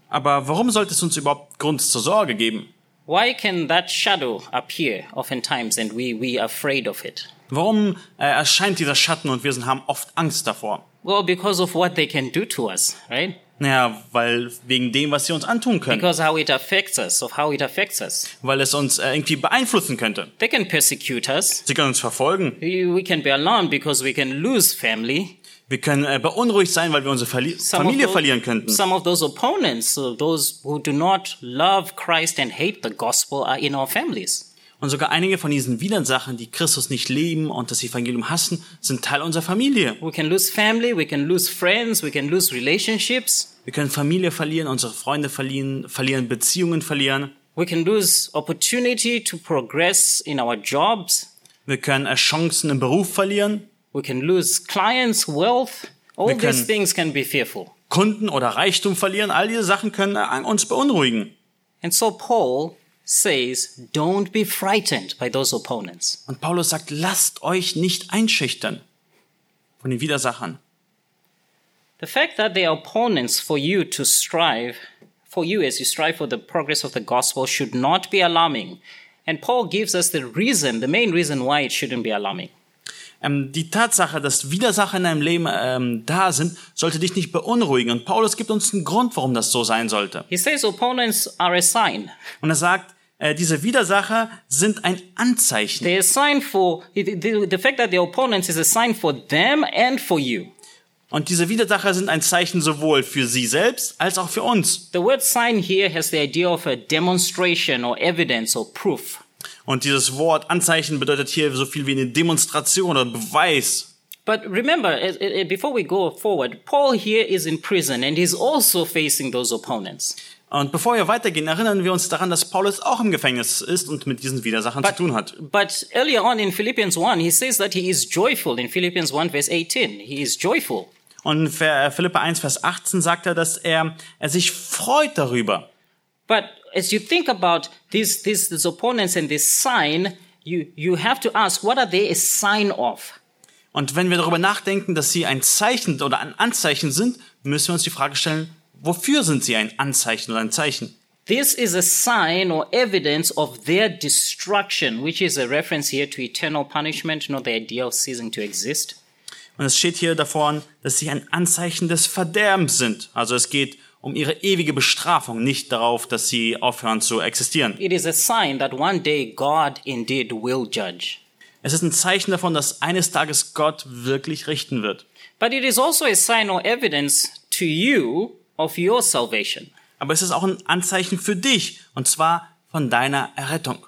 Aber warum sollte es uns überhaupt Grund zur Sorge geben? Why can that shadow appear oftentimes and we, we are afraid of it? Warum äh, erscheint dieser Schatten und wir sind, haben oft Angst davor? Well, because of what they can do to us, right? Naja, weil wegen dem, was sie uns antun können, Because how it affects us, of how it affects us. weil es uns äh, irgendwie beeinflussen könnte. They can persecute us. Sie können uns verfolgen. We we can be alarmed because we can lose family. Wir können äh, beunruhigt sein, weil wir unsere Verli of Familie tho- verlieren könnten. Some of those opponents, so those who do not love Christ and hate the gospel, are in our families. Und sogar einige von diesen Widersachern, die Christus nicht leben und das Evangelium hassen, sind Teil unserer Familie. We can lose family, we can lose friends, we can lose relationships, Wir können Familie verlieren, unsere Freunde verlieren, verlieren Beziehungen verlieren. we can lose opportunity to progress in our jobs, Wir können äh, Chancen im Beruf verlieren, we can lose clients, wealth. All Wir these können- things can be fearful. Kunden oder Reichtum verlieren. All diese Sachen können äh, an uns beunruhigen. And so Paul says, don't be frightened by those opponents. Und Paulus sagt, lasst euch nicht einschüchtern von den Widersachern. The fact that they are opponents for you to strive, for you as you strive for the progress of the gospel, should not be alarming. And Paul gives us the reason, the main reason why it shouldn't be alarming. Ähm, die Tatsache, dass Widersacher in deinem Leben ähm, da sind, sollte dich nicht beunruhigen. Und Paulus gibt uns einen Grund, warum das so sein sollte. He says opponents are a sign. Und er sagt, äh, diese Widersacher sind ein Anzeichen. They're a sign for, the, the, the fact that they're opponents is a sign for them and for you. Und diese Widersacher sind ein Zeichen sowohl für sie selbst als auch für uns. The word sign here has the idea of a demonstration or evidence or proof. Und dieses Wort Anzeichen bedeutet hier so viel wie eine Demonstration oder Beweis. But remember, as- eh, eh, before we go forward, Paul here is in prison and he's also facing those opponents. Und bevor wir weitergehen, erinnern wir uns daran, dass Paulus auch im Gefängnis ist und mit diesen Widersachern zu tun hat. But earlier on in Philippians 1, he says that he is joyful. In Philippians 1, verse 18, he is joyful. Und in Ver- äh, Philippa 1, Vers 18 sagt er, dass er, er sich freut darüber. But as you think about these, these, these opponents and this sign, you, you have to ask, what are they a sign of? Und wenn wir darüber nachdenken, dass sie ein Zeichen oder ein Anzeichen sind, müssen wir uns die Frage stellen, wofür sind sie ein Anzeichen oder ein Zeichen? This is a sign or evidence of their destruction, which is a reference here to eternal punishment, not the idea of ceasing to exist. Und es steht hier davon, dass sie ein Anzeichen des Verderbens sind. Also es geht um ihre ewige Bestrafung, nicht darauf, dass sie aufhören zu existieren. It is a sign that one day God indeed will judge. Es ist ein Zeichen davon, dass eines Tages Gott wirklich richten wird. But it is also a sign or evidence to you of your salvation. Aber es ist auch ein Anzeichen für dich, und zwar von deiner Errettung.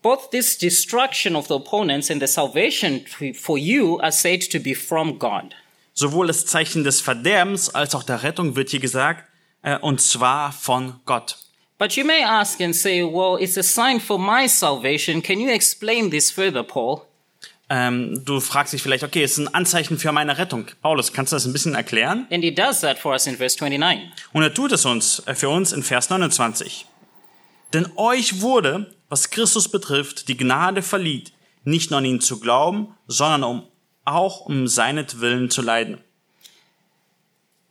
Both this destruction of the opponents and the salvation to- for you are said to be from God. Sowohl das Zeichen des Verderbens als auch der Rettung wird hier gesagt, äh, und zwar von Gott. But you may ask and say, well, it's a sign for my salvation. Can you explain this further, Paul? Ähm, du fragst dich vielleicht, okay, es ist ein Anzeichen für meine Rettung. Paulus, kannst du das ein bisschen erklären? And he does that for us in verse 29. Und er tut es uns, äh, für uns in Vers 29. Denn euch wurde, was Christus betrifft, die Gnade verliehen, nicht nur an ihn zu glauben, sondern um, auch um seinetwillen zu leiden.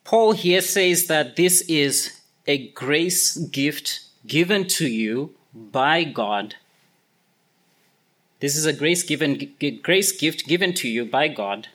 Paul here says that this is a grace gift given to you by God. This is a grace given g- grace gift given to you by God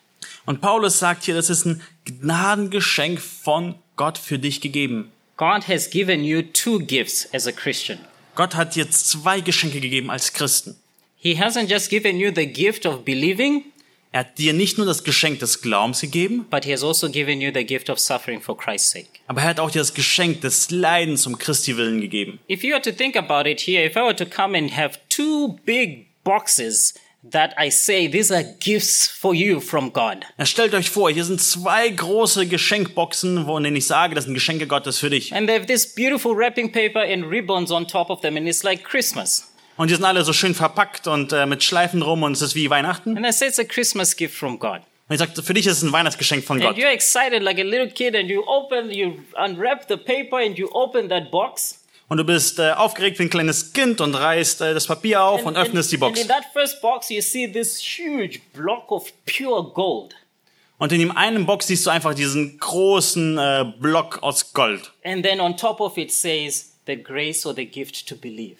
Und Paulus sagt hier, das ist ein Gnadengeschenk von Gott für dich gegeben. God has given you two gifts as a Christian. Gott hat dir zwei Geschenke gegeben als Christen. He hasn't just given you the gift of believing, Er hat dir nicht nur das Geschenk des Glaubens gegeben, but He has also given you the gift of suffering for Christ's sake. aber er hat auch dir das Geschenk des Leidens um Christi willen gegeben. If you were to think about it here, if I were to come and have two big boxes that I say these are gifts for you from God, Er stellt euch vor, hier sind zwei große Geschenkboxen, wo in denen ich sage, das sind Geschenke Gottes für dich. and they have this beautiful wrapping paper and ribbons on top of them, and it's like Christmas. Und die sind alle so schön verpackt und äh, mit Schleifen rum und es ist wie Weihnachten. Und And I say it's a Christmas gift from God. ich sage, für dich ist es ein Weihnachtsgeschenk von And Gott. you're excited like a little kid, and you open, you unwrap the paper, and you open that box. Und du bist äh, aufgeregt wie ein kleines Kind und reißt äh, das Papier auf und öffnest die and Box. in that first box, you see this huge block of pure gold. Und in dem einen Box siehst du einfach diesen großen äh, Block aus Gold. And then on top of it says the grace or the gift to believe.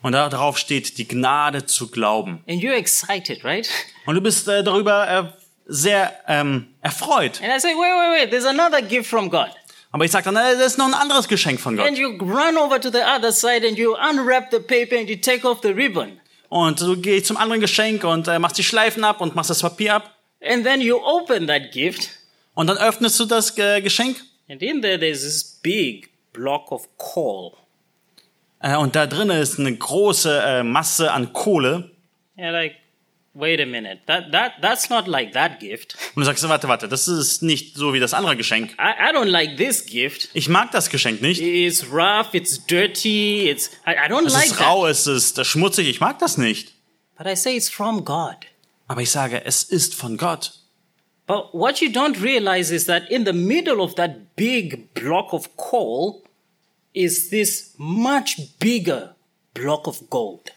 Und da drauf steht, die Gnade zu glauben. And you're excited, right? Und du bist äh, darüber äh, sehr ähm, erfreut. And I say, wait, wait, wait, there's another gift from God. Aber ich sag dann, äh, das ist noch ein anderes Geschenk von Gott. And you run over to the other side and you unwrap the paper and you take off the ribbon. Und du gehst zum anderen Geschenk und äh, machst die Schleifen ab und machst das Papier ab. And then you open that gift. Und dann öffnest du das äh, Geschenk. And in there, there's this big block of coal. Äh, und da drin ist eine große äh, Masse an Kohle. And like, wait a minute, that, that, that's not like that gift. Und du sagst, warte, warte, das ist nicht so wie das andere Geschenk. I, I don't like this gift. Ich mag das Geschenk nicht. It's rough, it's dirty, it's, I, I don't Es like ist that. rau, es ist äh, schmutzig, ich mag das nicht. But I say it's from God. Aber ich sage, es ist von Gott. But what you don't realize is that in the middle of that big block of coal is this much bigger block of gold.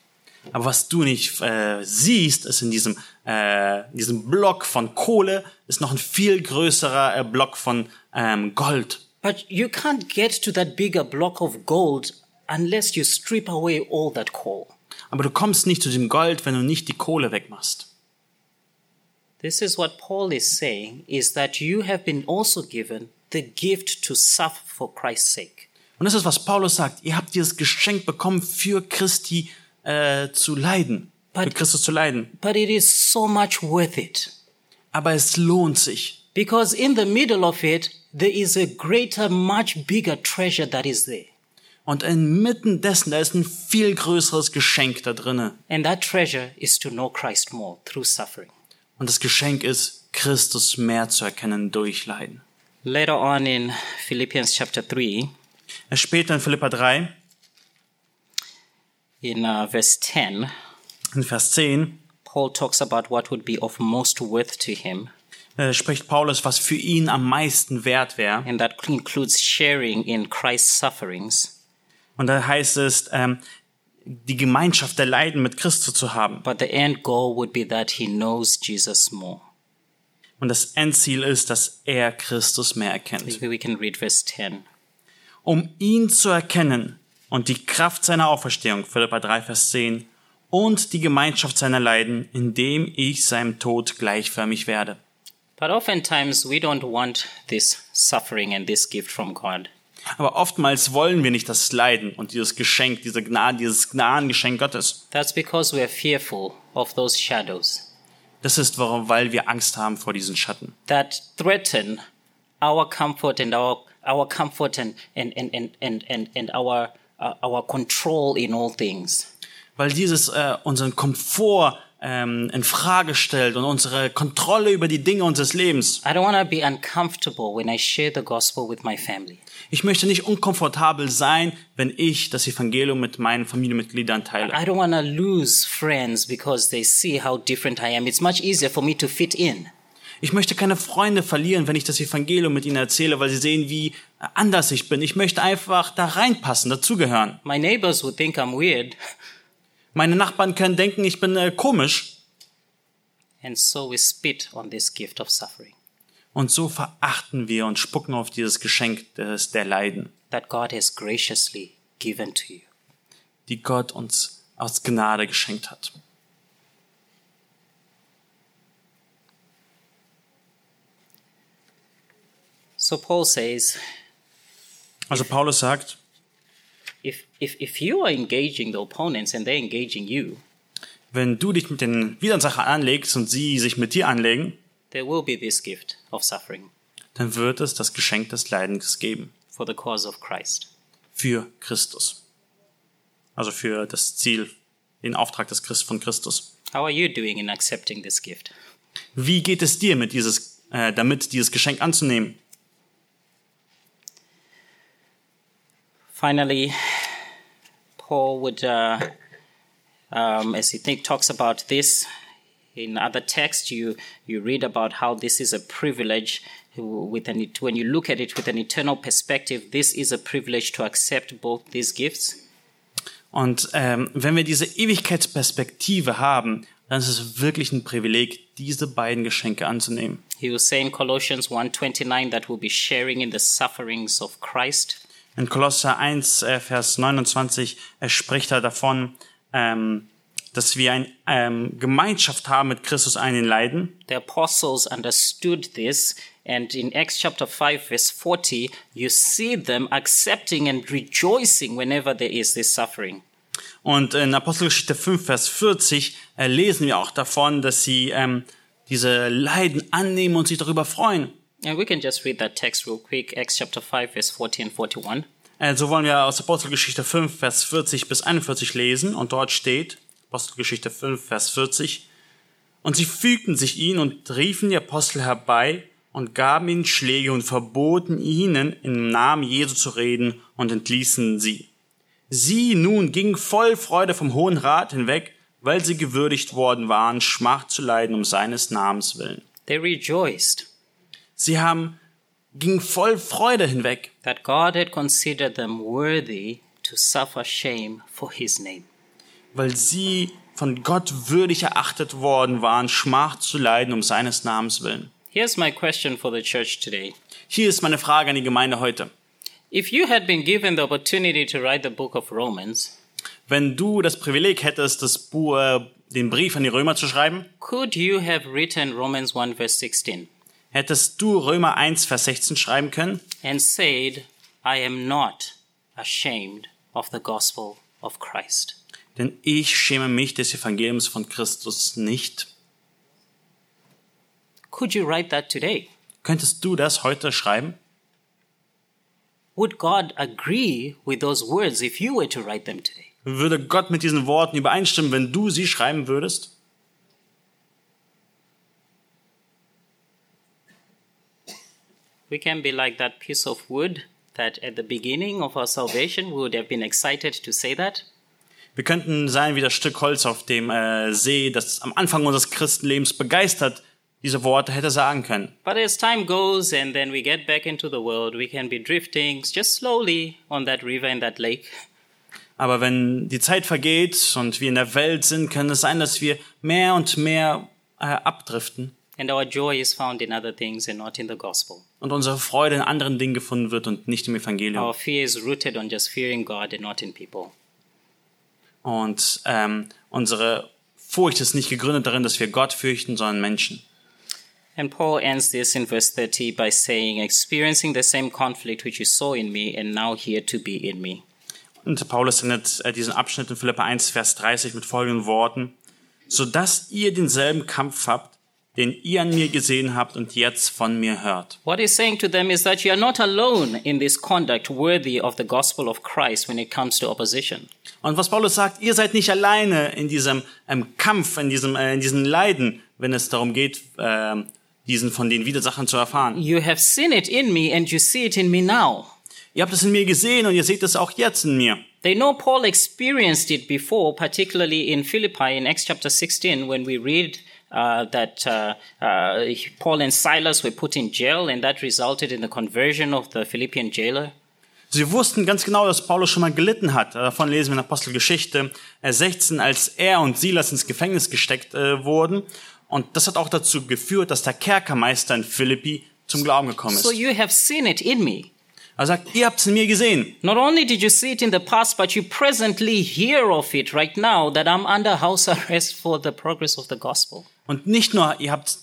Aber was du nicht äh, siehst, ist in diesem, äh, diesem Block von Kohle ist noch ein viel größerer äh, Block von ähm, Gold. But you can't get to that bigger block of gold unless you strip away all that coal. Aber du kommst nicht zu dem Gold, wenn du nicht die Kohle wegmachst. This is what Paul is saying is that you have been also given the gift to suffer for Christ's sake. Und das ist, was Paulus sagt. Ihr habt dieses Geschenk bekommen, für Christi äh, zu leiden. Für But- Christus zu leiden. But it is so much worth it. Aber es lohnt sich. Because in the middle of it, there is a greater, much bigger treasure that is there. Und inmitten dessen, da ist ein viel größeres Geschenk da drinne. And that treasure is to know Christ more through suffering. Und das Geschenk ist, Christus mehr zu erkennen durch Leiden. Later on in Philippians chapter 3, Er später in Philippa 3, in uh, verse 10, in Vers 10, Paul talks about what would be of most worth to him, äh, spricht Paulus, was für ihn am meisten wert wäre. and that includes sharing in Christ's sufferings. Und da heißt es, ähm, die Gemeinschaft der Leiden mit Christus zu haben. But the end goal would be that he knows Jesus more. Und das Endziel ist, dass er Christus mehr erkennt. Maybe we can read verse 10. Um ihn zu erkennen und die Kraft seiner Auferstehung, Philippa 3, Vers 10, und die Gemeinschaft seiner Leiden, indem ich seinem Tod gleichförmig werde. But oftentimes we don't want this suffering and this gift from God. Aber oftmals wollen wir nicht das Leiden und dieses Geschenk, diese Gnade, dieses Gnadengeschenk Gottes. That's because we are fearful of those shadows Das ist, warum, weil wir Angst haben vor diesen Schatten. that threaten our comfort and our our comfort and and and and and and, and our uh, our control in all things. weil dieses äh, unseren Komfort ähm, in Frage stellt und unsere Kontrolle über die Dinge unseres Lebens. I don't want to be uncomfortable when I share the gospel with my family. Ich möchte nicht unkomfortabel sein, wenn ich das Evangelium mit meinen Familienmitgliedern teile. I don't want to lose friends because they see how different I am. It's much easier for me to fit in. Ich möchte keine Freunde verlieren, wenn ich das Evangelium mit ihnen erzähle, weil sie sehen, wie anders ich bin. Ich möchte einfach da reinpassen, dazugehören. My neighbors would think I'm weird, Meine Nachbarn können denken, ich bin äh, komisch. and so we spit on this gift of suffering Und so verachten wir und spucken auf dieses Geschenk des, der Leiden, that God has graciously given to you. die Gott uns aus Gnade geschenkt hat. So Paul says, Also Paulus sagt, if, if, if you are engaging the opponents and they're engaging you, wenn du dich mit den Widersachern anlegst und sie sich mit dir anlegen, there will be this gift of suffering dann wird es das Geschenk des Leidens geben. for the cause of Christ. Für Christus. Also für das Ziel, den Auftrag des Christ von Christus. How are you doing in accepting this gift? Wie geht es dir mit dieses, äh, damit, dieses Geschenk anzunehmen? Finally, Paul would, uh, um, as he think, talks about this in other texts, you, you read about how this is a privilege. With an, when you look at it with an eternal perspective, this is a privilege to accept both these gifts. Und ähm, wenn wir diese Ewigkeitsperspektive haben, dann ist es wirklich ein Privileg, diese beiden Geschenke anzunehmen. He will say in Colossians 1.29 that we'll be sharing in the sufferings of Christ. In Kolosser 1, äh, Vers 29 äh, spricht er davon, ähm, dass wir eine ähm, Gemeinschaft haben mit Christus einen Leiden. The apostles understood this, and in Acts chapter 5, verse 40, you see them accepting and rejoicing whenever there is this suffering. Und in Apostelgeschichte 5, Vers 40 äh, lesen wir auch davon, dass sie ähm, diese Leiden annehmen und sich darüber freuen. And we can just read that text real quick Acts chapter 5, verse 40 and 41. Äh, so wollen wir aus Apostelgeschichte 5, Vers 40 bis 41 lesen. Und dort steht, Apostelgeschichte 5, Vers 40, Und sie fügten sich ihnen und riefen die Apostel herbei und gaben ihnen Schläge und verboten ihnen, im Namen Jesu zu reden und entließen sie. Sie nun gingen voll Freude vom Hohen Rat hinweg, weil sie gewürdigt worden waren, Schmach zu leiden um seines Namens willen. They rejoiced Sie haben, gingen voll Freude hinweg, that God had considered them worthy to suffer shame for his name. weil sie von Gott würdig erachtet worden waren, Schmach zu leiden um seines Namens willen. Here's my question for the church today. Hier ist meine Frage an die Gemeinde heute. If you had been given the opportunity to write the book of Romans, Wenn du das Privileg hättest, das Bu äh, den Brief an die Römer zu schreiben, could you have written Romans 1 verse 16 hättest du Römer 1, Vers 16 schreiben können and said, I am not ashamed of the gospel of Christ? Denn ich schäme mich des Evangeliums von Christus nicht. Could you write that today? Könntest du das heute schreiben? Would God agree with those words if you were to write them today? Würde Gott mit diesen Worten übereinstimmen, wenn du sie schreiben würdest? We can be like that piece of wood that at the beginning of our salvation we would have been excited to say that, Wir könnten sein wie das Stück Holz auf dem äh, See, das am Anfang unseres Christenlebens begeistert diese Worte hätte sagen können. but as time goes and then we get back into the world, we can be drifting just slowly on that river and that lake. Aber wenn die Zeit vergeht und wir in der Welt sind, kann es sein, dass wir mehr und mehr äh, abdriften And our joy is found in other things and not in the gospel. und unsere Freude in anderen Dingen gefunden wird und nicht im Evangelium. Our fear is rooted on just fearing God and not in people. Und ähm, unsere Furcht ist nicht gegründet darin, dass wir Gott fürchten, sondern Menschen. And Paul ends this in verse 30 by saying, experiencing the same conflict which you saw in me and now here to be in me. Und Paulus endet äh, diesen Abschnitt in Philippa 1, Vers 30 mit folgenden Worten. Sodass ihr denselben Kampf habt, den ihr an mir gesehen habt und jetzt von mir hört. What he's saying to them is that you are not alone in this conduct worthy of the gospel of Christ when it comes to opposition. Und was Paulus sagt, ihr seid nicht alleine in diesem ähm, Kampf, in diesem, äh, in diesem Leiden, wenn es darum geht, ähm, diesen von den Widersachern zu erfahren. You have seen it in me and you see it in me now. Ihr habt es in mir gesehen und ihr seht es auch jetzt in mir. They know Paul experienced it before, particularly in Philippi in Acts chapter 16, when we read uh, that uh, uh, Paul and Silas were put in jail, and that resulted in the conversion of the Philippian jailer. Sie wussten ganz genau, dass Paulus schon mal gelitten hat. Davon lesen wir in Apostelgeschichte äh, 16, als er und Silas ins Gefängnis gesteckt äh, wurden. Und das hat auch dazu geführt, dass der Kerkermeister in Philippi zum Glauben gekommen So ist. you have seen it in me. Er sagt, ihr habt es in mir gesehen. Not only did you see it in the past, but you presently hear of it right now that I'm under house arrest for the progress of the gospel. Und nicht nur, ihr habt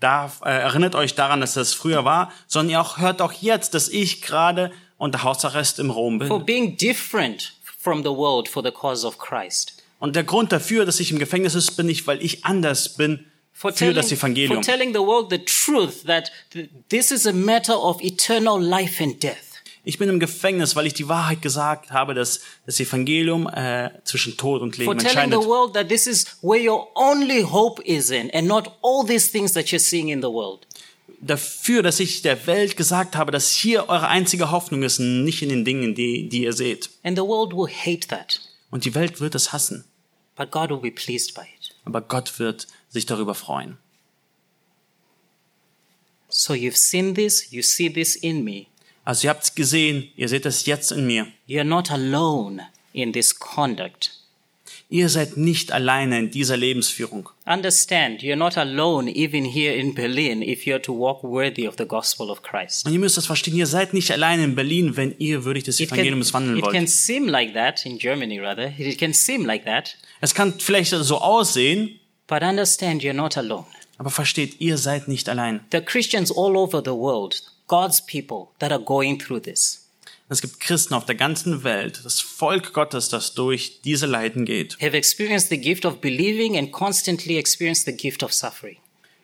da, äh, erinnert euch daran, dass das früher war, sondern ihr auch, hört auch jetzt, dass ich gerade unter Hausarrest im Rom bin. For being different from the world for the cause of Christ. Und der Grund dafür, dass ich im Gefängnis ist, bin ich, weil ich anders bin For für telling, das for Evangelium. telling the world the truth that th- this is a matter of eternal life and death. Ich bin im Gefängnis, weil ich die Wahrheit gesagt habe, dass das Evangelium äh, zwischen Tod und For Leben telling the entscheidet. world that this is where your only hope is in and not all these things that you're seeing in the world. Dafür, dass ich der Welt gesagt habe, dass hier eure einzige Hoffnung ist, nicht in den Dingen, die, die ihr seht. And the world will hate that, Und die Welt wird es hassen, but God will be pleased by it. aber Gott wird sich darüber freuen. So you've seen this, you see this in me. Also ihr habt es gesehen, ihr seht es jetzt in mir. You're not alone in this conduct. Ihr seid nicht alleine in dieser Lebensführung. Understand, you're not alone even here in Berlin if you're to walk worthy of the gospel of Christ. Und ihr müsst das verstehen, ihr seid nicht alleine in Berlin, wenn ihr würdig des It can, Evangeliums wandeln it wollt. can seem like that in Germany, rather. It can seem like that, Es kann vielleicht so aussehen, but understand you're not alone. aber versteht, ihr seid nicht allein. There are Christians all over the world, God's people, that are going through this. Es gibt Christen auf der ganzen Welt, das Volk Gottes, das durch diese Leiden geht. Have experienced the gift of believing and constantly experienced the gift of suffering.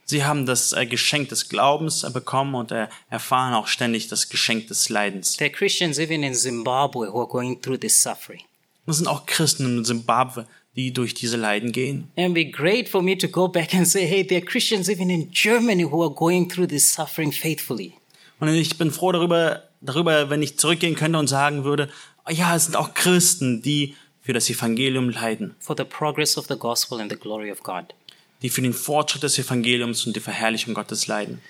Sie haben das äh, Geschenk des Glaubens äh, bekommen und äh, erfahren auch ständig das Geschenk des Leidens. There are Christians even in Zimbabwe who are going through this suffering. Das sind auch Christen in Simbabwe, die durch diese Leiden gehen. And it'd be great for me to go back and say, hey, there are Christians even in Germany who are going through this suffering faithfully. Und ich bin froh darüber, darüber, wenn ich zurückgehen könnte und sagen würde, ja, es sind auch Christen, die für das Evangelium leiden, for the progress of the gospel and the glory of God. die für den Fortschritt des Evangeliums und die Verherrlichung Gottes leiden.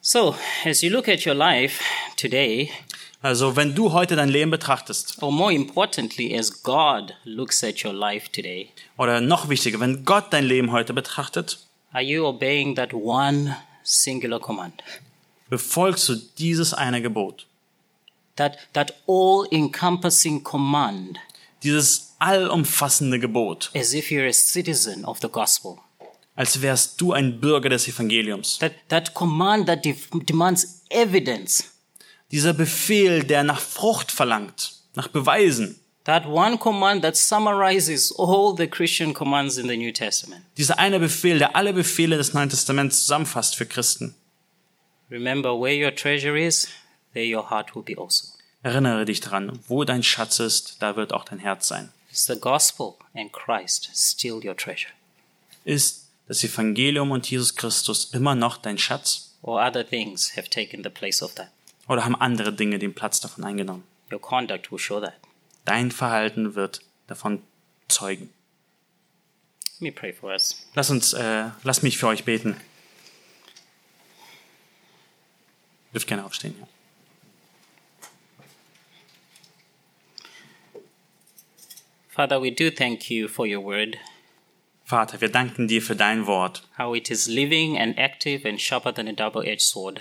So, as you look at your life today, Also, wenn du heute dein Leben betrachtest, or more importantly, as God looks at your life today, oder noch wichtiger, wenn Gott dein Leben heute betrachtet, are you obeying that one singular command? befolgst du dieses eine Gebot, That, that all encompassing command, dieses allumfassende Gebot, as if you're a citizen of the gospel. als wärst du ein Bürger des Evangeliums. That, that command that de- demands evidence. Dieser Befehl, der nach Frucht verlangt, nach Beweisen, That one command that summarizes all the Christian commands in the New Testament. dieser eine Befehl, der alle Befehle des Neuen Testaments zusammenfasst für Christen. Remember where your treasure is, there your heart will be also. Erinnere dich daran, wo dein Schatz ist, da wird auch dein Herz sein. It's the gospel and Christ still your treasure? Ist das Evangelium und Jesus Christus immer noch dein Schatz? Or other things have taken the place of that? Oder haben andere Dinge den Platz davon eingenommen? Your conduct will show that. Dein Verhalten wird davon zeugen. Let me pray for us. Lass uns, äh, lass mich für euch beten. Dürft gerne aufstehen. Ja. Father, we do thank you for your word, Vater, wir danken dir für dein Wort, how it is living and active and sharper than a double edged sword.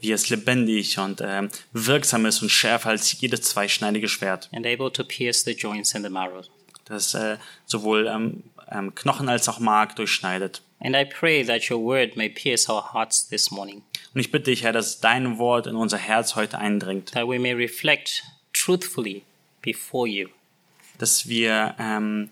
wie es lebendig und ähm, wirksam ist und schärfer als jedes zweischneidige Schwert, And able to pierce the joints and the marrow. das äh, sowohl ähm, ähm, Knochen als auch Mark durchschneidet. And I pray that your word may pierce our hearts this morning, Und ich bitte dich, Herr, dass dein Wort in unser Herz heute eindringt, that we may reflect truthfully before you, dass wir ähm,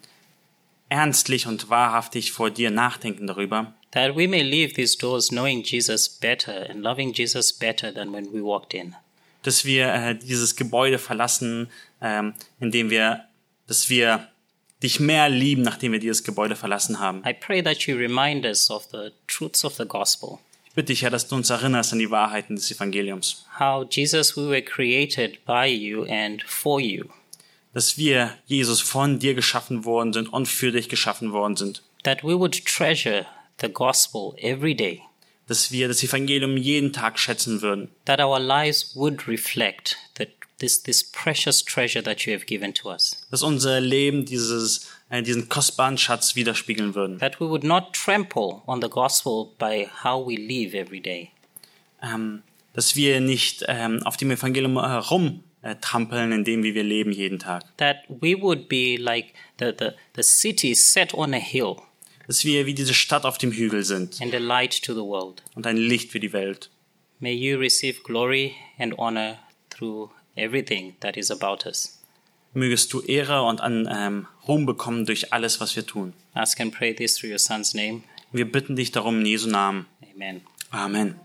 ernstlich und wahrhaftig vor dir nachdenken darüber, that we may leave these doors knowing Jesus better and loving Jesus better than when we walked in. dass wir äh, dieses Gebäude verlassen, ähm, indem wir, dass wir dich mehr lieben, nachdem wir dieses Gebäude verlassen haben. I pray that you remind us of the truths of the gospel, Ich bitte dich, Herr, dass du uns erinnerst an die Wahrheiten des Evangeliums, how Jesus, we were created by you and for you, dass wir, Jesus, von dir geschaffen worden sind und für dich geschaffen worden sind, that we would treasure the gospel every day, dass wir das Evangelium jeden Tag schätzen würden, that our lives would reflect the, this, this precious treasure that you have given to us, dass unser Leben dieses, äh, diesen kostbaren Schatz widerspiegeln würden. that we would not trample on the gospel by how we live every day, ähm, dass wir nicht ähm, auf dem Evangelium herumtrampeln, äh, trampeln, in dem, wie wir leben jeden Tag. that we would be like the, the, the city set on a hill Dass wir wie diese Stadt auf dem Hügel sind and a light to the world. und ein Licht für die Welt. May you receive glory and honor through everything that is about us. Mögest du Ehre und an ähm, Ruhm bekommen durch alles, was wir tun. Ask and pray this through your Son's name. Wir bitten dich darum in Jesu Namen. Amen. Amen.